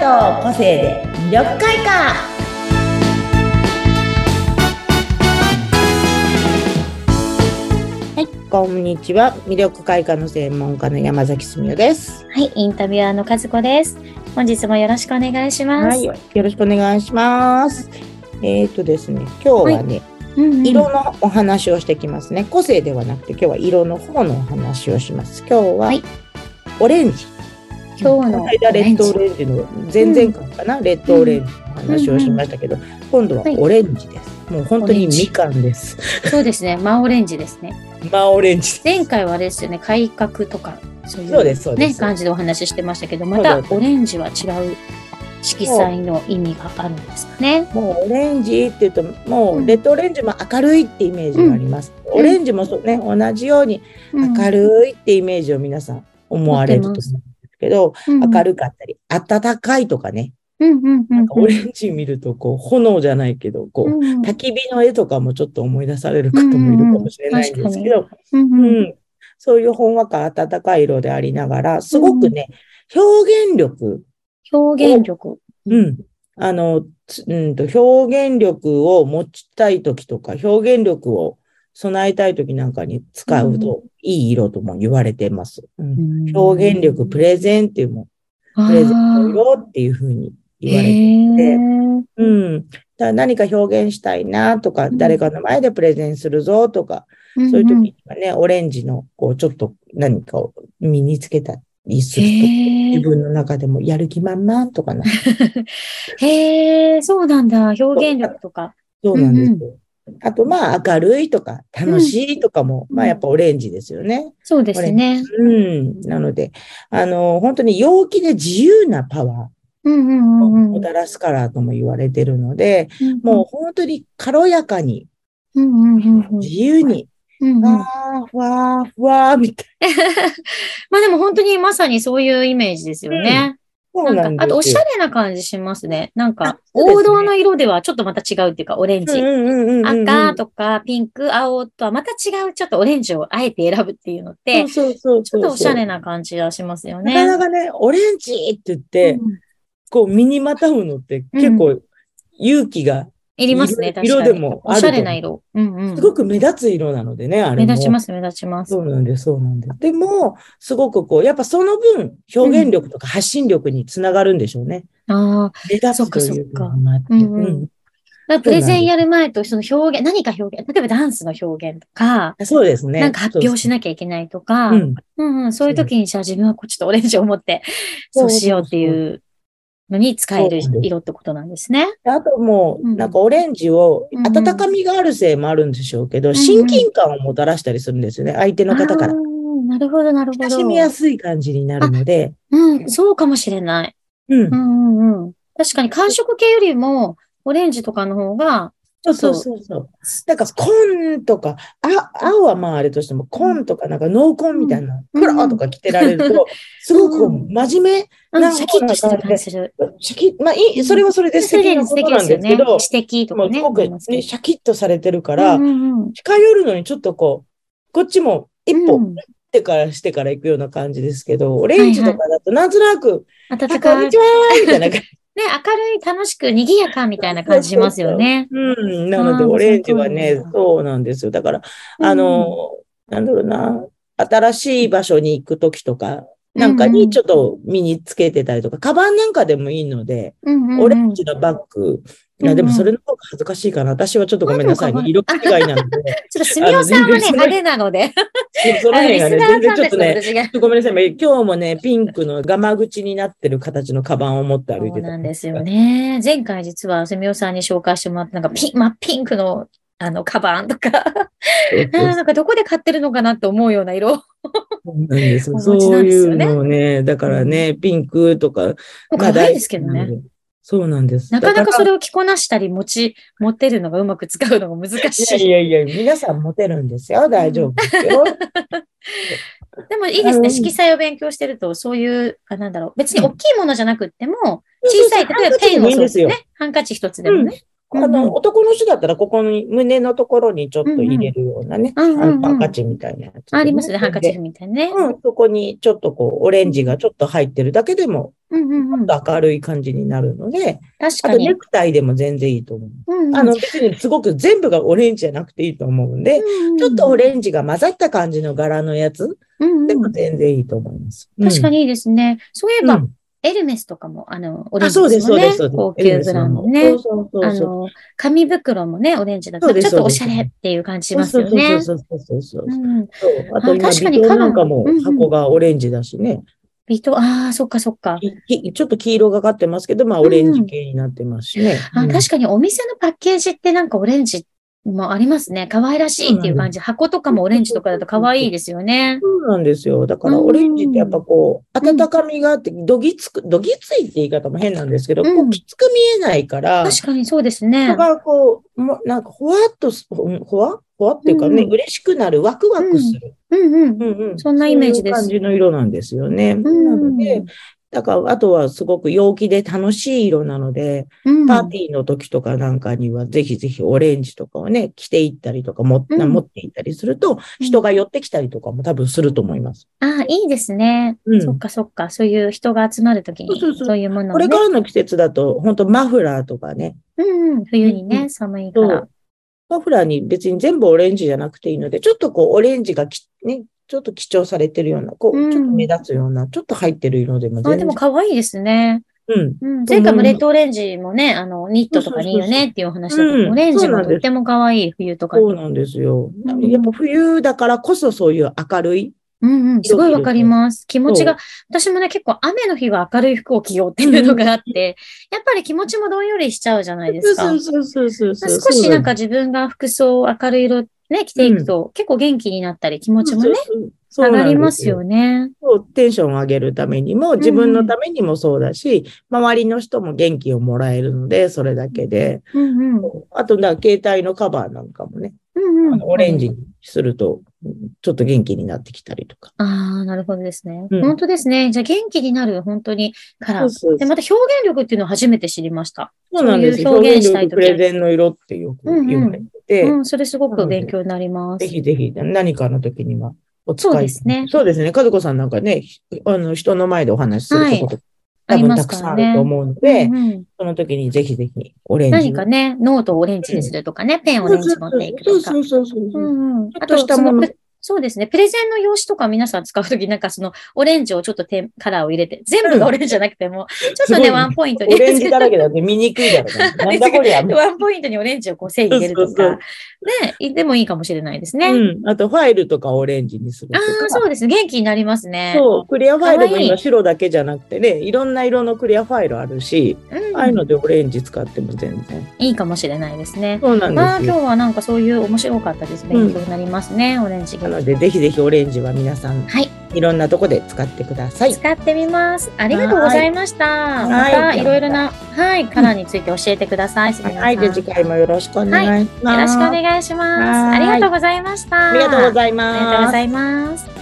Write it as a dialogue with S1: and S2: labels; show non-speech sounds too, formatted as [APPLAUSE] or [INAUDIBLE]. S1: の個性で魅力開花はい、こんにちは。魅力開花の専門家の山崎すみおです。
S2: はい、インタビュアーの和子です。本日もよろしくお願いしま
S1: は
S2: す。
S1: い、よろしくお願いします。えっ、とですね、今日はね、
S2: うんうん
S1: 色のお話をしてきますね。個性ではなくて、今日は色の方のお話をします。今日は、
S2: はい
S1: オレンジ。
S2: 今日の
S1: こ間レッドオレンジの前々回かな、レッドオレンジの話をしましたけど、今度はオレンジです。もう本当にみかんです。
S2: そうですね、真オレンジですね。
S1: 真オレンジ。
S2: 前回はあれですよね、改革とか、そう
S1: そう
S2: い
S1: で
S2: う
S1: すそうで
S2: ね、
S1: す。
S2: 感じでお話ししてましたけど、ま
S1: そ
S2: た
S1: うです
S2: オレンジは違う色彩の意味があるんですかね。
S1: もうオレンジっていうと、も
S2: う
S1: うんレッドオレンジも明るいってイメージがあります。
S2: ん
S1: オレンジもそうね、同じように明るいってイメージを皆さん思われると思うんですけど、明るかったり、暖かいとかね、
S2: うんうんうんうん。
S1: オレンジ見るとこう炎じゃないけど、こう、
S2: うん
S1: 焚き火の絵とかもちょっと思い出される方もいるかもしれないんですけど、
S2: うん
S1: うん
S2: うん
S1: そういうほんわか温かい色でありながら、すごくね、表現力、
S2: 表現力。
S1: うん、あの、つうんと、表現力を持ちたい時とか、表現力を備えたい時なんかに使うといい色とも言われてます。うん表現力、プレゼンっていうも、プレゼンの色っていうふうに言われて
S2: て
S1: うん。だから何か表現したいなとか、
S2: うん
S1: 誰かの前でプレゼンするぞとか、そういう時にはね、オレンジの、こう、ちょっと何かを身につけたりすると、
S2: へ
S1: 自
S2: ー
S1: 分の中でもやる気満々とか
S2: [LAUGHS]
S1: な、
S2: へーそうなんだ。表現力とか。
S1: そうなんですよ。あと、まあ、明るいとか、楽しいとかも、
S2: うん
S1: まあ、やっぱオレンジですよね。
S2: そうですね。
S1: うん。なので、あの、本当に陽気で自由なパワ
S2: うんうん
S1: ーを
S2: うんう
S1: も
S2: ん
S1: たらすカラーとも言われてるので、
S2: うん
S1: もう本当に軽やかに、
S2: うんうんうんうん
S1: 自由に、
S2: うんうんま
S1: わー、わー、わー、みたい
S2: あでも本当にまさにそういうイメージですよね。
S1: な。
S2: なんか、あとおし
S1: れ
S2: ゃれな感じしますね。なん
S1: あ
S2: か、
S1: そうですね
S2: 王道の色ではちょっとまた違うっていうか、オレンジ。赤とかピンク、青とはまた違う、ちょっとオレンジをあえて選ぶっていうのって、ち
S1: そうそうそう
S2: ょっとおしゃれ
S1: な、
S2: な感じがしますよ
S1: なかな
S2: ね。
S1: かね、オレンジって言って、
S2: うん
S1: こう身にまとうのって結構勇気が、
S2: いりますね、確
S1: 色
S2: か
S1: で
S2: に。
S1: もあ
S2: お
S1: る
S2: し
S1: と
S2: ゃれな色。うんうん。
S1: すごく目立つ色なのでね、あれ
S2: 目
S1: も。
S2: 立ちます、目立ちます。
S1: そうなんです、そうなんです。でも、すごくこう、やっぱその分、表現力とか発信力につながるんでしょうね。
S2: ああ。
S1: 目立つというのもあって。
S2: そっかそっかうんうんだからプレゼン
S1: そう
S2: やる前と、その表現、何か表現、例えばダンスの表現とか、
S1: うんそうですね。
S2: なんか発表し
S1: な
S2: なきゃいけないとか、
S1: うん、
S2: うんうん、そういう時に、じゃあ自分はこうちょっとオレンジを持って、
S1: そ
S2: そううしようっていうのに使える
S1: そうなんです
S2: 色ってことなんですね。
S1: であともう、
S2: うん
S1: なんかオレンジを
S2: うん、
S1: 温かみがあるせいもあるんでしょうけど、
S2: ん
S1: 親近感をもたらしたりするんですよね、相手の方か
S2: あ
S1: ら。
S2: ーなるほど、なるほ
S1: 親しみや
S2: ど。
S1: すい感じになるので、
S2: うん、そうかもしれない。
S1: うん
S2: う。んうんうん。確かに寒色系よりも、オレンジとかの方が、
S1: そうそうそうそう。なんか、紺とか、あ、青はまああれとしても、紺とか、なんか濃紺みたいな、
S2: うん
S1: 黒とか着てられると、すごくこう真面な
S2: う
S1: ん
S2: ん、
S1: か
S2: シャキッとしてる感じする。
S1: 目、シャキッ、まあいい、それはそれで素敵な
S2: 素
S1: こと
S2: 敵
S1: なんですけど、
S2: 知的と
S1: も
S2: か
S1: う
S2: ね。
S1: すごく
S2: ありますけど
S1: ね、シャキッとされてるから
S2: うん、うんうん
S1: 近寄るのにちょっとこう、こっちも一歩
S2: うん
S1: ってからしてから行くような感じですけど、オレンジとかだとなんとなく、あ、
S2: 暖
S1: こん
S2: かい。
S1: に
S2: ね
S1: ち、はみたいな感じ。
S2: [LAUGHS] 明るい、楽しく、賑やかみたいな感じしますよね。
S1: うん。なので、
S2: あー
S1: オレンジはね
S2: そ
S1: そう
S2: うなん、だ
S1: なんですよ。だから、
S2: うん
S1: あの、なんだろうな、新しい場所に行くときとか、なんか
S2: うんう
S1: に
S2: ん
S1: ちょっと身につけてたりとか、カバンなんかでもいいので、
S2: うんうんうん
S1: オレンジのバッグ、いやでも
S2: うんうん
S1: それの方が恥ずかしいかな。私はちょっとごめんなさい
S2: まあ [LAUGHS]
S1: ね。
S2: で
S1: 色違いなので、
S2: ちょっと、すみおさんは
S1: あの全然
S2: ね、
S1: それ
S2: 派手なので、
S1: その
S2: あの
S1: 辺
S2: リ
S1: が
S2: ス
S1: ね、
S2: ナ
S1: 全
S2: ー
S1: 然
S2: さん
S1: ちょったと
S2: ちの
S1: ね、
S2: 私が。
S1: ごめんなさい。今日もね、ピンクのガマ口になってる形のカバンを持って歩い
S2: そ
S1: て
S2: う
S1: た。
S2: なんですよね。前回実は、すみおさんに紹介してもらった、なんかピン、まあ、ピンクの、あの、カバンとか、
S1: そう
S2: あ
S1: そうそう
S2: ーなんかどこで買ってるのかなって思うような色。
S1: そうなんですよ。
S2: お持ちな
S1: そうん
S2: で
S1: い
S2: す
S1: う
S2: よね
S1: のをね、だからね、ピンクとか、
S2: 可愛いですけどね。。
S1: そうなんです。
S2: なかなかそ
S1: れ
S2: れを着こなしたり、持ち、持ってるのがうまく使うのが難し
S1: い
S2: い。
S1: やいやいや、皆さんモテるんですよ。大丈夫ですよ。
S2: でもいいですね。
S1: うん
S2: 色彩を勉強してると、そういう、あなんだろう。別に大きいものじゃなくっても、
S1: そう
S2: [LAUGHS] 小さい、
S1: そう
S2: 例えばペ
S1: ハ
S2: ン
S1: ンカチでも
S2: を
S1: いいん
S2: そう
S1: で
S2: ですす
S1: よ
S2: ね。ハンカチ一つでもね。
S1: あ
S2: うんうん
S1: の、男の人だったら、ここに胸のところにちょっと入れるようなね、
S2: う
S1: あ
S2: んうん
S1: のハンカチみたいなやつ。
S2: ありますね。ハンカチ。みたいなね。
S1: うん、そこにちょっとこう、オレンジがちょっと入ってるだけでも
S2: うんうんうん。
S1: 明るい感じになるので、
S2: 確
S1: あ
S2: か
S1: と
S2: に。
S1: ネクタイでも全然いいと思う。
S2: うんうん
S1: あの、別にすごく全部がオレンジじゃなくていいと思うんで、ちょっとオレンジが混ざった感じの柄のやつ
S2: うんうん
S1: でも全然いいと思います。
S2: 確か
S1: に。
S2: にいいですね。そういえ
S1: う
S2: ば、
S1: ん
S2: エルメスとかも、あの、オレン
S1: あ、
S2: ジ
S1: そうです、
S2: すも
S1: そう
S2: ん
S1: で
S2: ね
S1: す。そうです
S2: 高級ブランドね
S1: そう。そうそう
S2: あ
S1: そう。
S2: の、紙袋もね、オレンジだ
S1: そ
S2: と、
S1: うで
S2: ちょ
S1: す
S2: っとおし
S1: そ
S2: ゃ
S1: うです
S2: れっていう感じしますよ
S1: そ
S2: ね。
S1: うそうそうそうそう
S2: う。
S1: そうんそう。あ
S2: あ
S1: と、今、
S2: 確かに
S1: 微糖
S2: カラー
S1: なんかも
S2: うんうん
S1: 箱がオレンジだしね。
S2: ビト、ああ、そっかそっか。
S1: ききちょっと黄色がかってますけど、まあ、オレンジ系になってますしね。
S2: あ
S1: うん
S2: 確かにお店のパッケージってなんかオレンジもありますね。可愛らしいっていう感じ。箱とかもオレンジとかだと可愛いですよね。
S1: そうなんですよ。だから、
S2: うん
S1: オレンジってやっぱこう、
S2: うん
S1: 温かみがあって、どぎつく、どぎついって言い方も変なんですけど、
S2: うん
S1: こうきつく見えないから、
S2: 確かにそうですね
S1: だ。からこう、もうなんか、ほわっとす、うんほわほわっていうかね、
S2: うんうん
S1: 嬉しくなる、ワクワクする。
S2: うんうん。
S1: うんうん
S2: そんなイメージです
S1: そういう感じの色なんですよね。
S2: うん
S1: なので、だから、あとはすごく陽気で楽しい色なので、
S2: うん
S1: パーティーの時とかなんかには、ぜひぜひオレンジとかをね、着ていったりとか、も
S2: うん
S1: 持っていったりすると、人が寄ってきたりとかも多分すると思います。
S2: ああ、いいですね。
S1: うん
S2: そっかそっか。そういう人が集まるときに、
S1: そうそうそう
S2: そういうもの
S1: こ
S2: をね
S1: れ。からの季節だと、本当マフラーとかね、
S2: うんうん。冬
S1: う
S2: に
S1: んう
S2: ね、寒いから。
S1: マフラーに別に全部オレンジじゃなくていいので、ちょっとこう、オレンジがき、ね、ちょっと貴重されてるような、こ
S2: う
S1: う、
S2: ん
S1: ちょっと目立つような、ちょっと入ってる色でも
S2: あ、
S1: 全
S2: で
S1: 然
S2: も。可愛いですね。
S1: うん。
S2: うん。前回もレッドオレンジもね、あの、ニットとかにいいよねっていうお話だったけ
S1: う
S2: ど、
S1: ん
S2: オレンジ
S1: そうな
S2: も
S1: んです
S2: とっても可愛い、冬とかに
S1: そうなんですよ
S2: うん。
S1: やっぱ冬だからこそそういう明るい。
S2: うんうん、すごいわかります。気持ち
S1: そ
S2: が、私もね、結構雨の日は明るい服を着ようっていうのがあって、やっぱり気持ちもどんよりしちゃうじゃないですか。
S1: そうそうそうそうそう。
S2: 少しなんか自分が服装を明るい色ね、着ていくと、結構元気になったり、気持ちもね、
S1: そう
S2: 上
S1: なんですよ、
S2: がりますよね。
S1: そうテンションを上げるためにも、自分のためにもそうだし、周りの人も元気をもらえるので、それだけで。
S2: うんうん。
S1: あと、だから携帯のカバーなんかもね、
S2: うんう
S1: あ
S2: ん。
S1: のオレンジにすると、ちょっと元気になってきたりとか。
S2: ああ、なるほどですね。
S1: うん
S2: 本当ですね。じゃあ元気になる、本当に、カラー。
S1: そう
S2: で、また表現力っていうのを初めて知りました。
S1: そうなんですよ。
S2: そういう表
S1: 表
S2: 現
S1: 現
S2: したい
S1: 力
S2: 時
S1: プレゼンの色ってよく言われてて、
S2: うん、それすご
S1: な
S2: く
S1: ので
S2: 勉強になります
S1: ぜ。ひぜひ何かの時にはお使い。
S2: そうですね
S1: そうですね。和子さんなんかね、ひあの人の前でお話しすること、
S2: あり
S1: 多分
S2: ます
S1: た
S2: か
S1: くさんあ
S2: らね
S1: ると思うので、
S2: うんうん
S1: その時にぜひぜひオレンジの。
S2: 何かね、ノートをオレンジにするとかね、ペンをオレンジ持っていくとか
S1: そ。うそうそう
S2: う
S1: そう。
S2: んうん
S1: ちょ
S2: あ
S1: っと
S2: と
S1: した
S2: そ
S1: も
S2: の
S1: の
S2: プ、そうですね。プレゼンの用紙とか皆さん使うとき、なんかその、オレンジをちょっとテンカラーを入れて、全部がオレンジじゃなくても、ちょっと
S1: すごい
S2: ね、
S1: ね
S2: ワンポイントに
S1: オ。レンジだらけだって [LAUGHS] 見にくいだろうな。なんだこりゃ。
S2: ワンポイントにオレンジをこう線入れると
S1: そうそ
S2: か
S1: う、
S2: ね、でもいいかもしれないですね。
S1: うん。あとファイルとかオレンジにする
S2: あ
S1: とか。
S2: あ、そうですね。元気になりますね。
S1: そう、クリアファイルも
S2: かわい
S1: 今
S2: い
S1: 白だけじゃなくてね、いろんな色のクリアファイルあるし、
S2: うん
S1: ああいうのでオレンジ使っても全然。
S2: いいかもしれないですね。
S1: そうなん
S2: まあ、
S1: です
S2: 今
S1: よ。
S2: 日はなんかそういう面白かったです。
S1: ん
S2: 勉強になりますね。オレンジが
S1: な。ので、ぜひぜひオレンジは皆さん、
S2: はい。
S1: いろんなとこで使ってください。
S2: 使ってみます。ありがとうございました。
S1: い
S2: また
S1: はい
S2: いろいろな、はい、カラーについて教えてください。皆さん
S1: はい、じゃあ次回もよろしくお願いし
S2: よ
S1: ま
S2: ろ
S1: す。
S2: しくお願いします。
S1: は
S2: あ
S1: い
S2: りがとうございました。
S1: ありがとうござい
S2: ありがとう
S1: ま
S2: ご
S1: す。
S2: ざいます。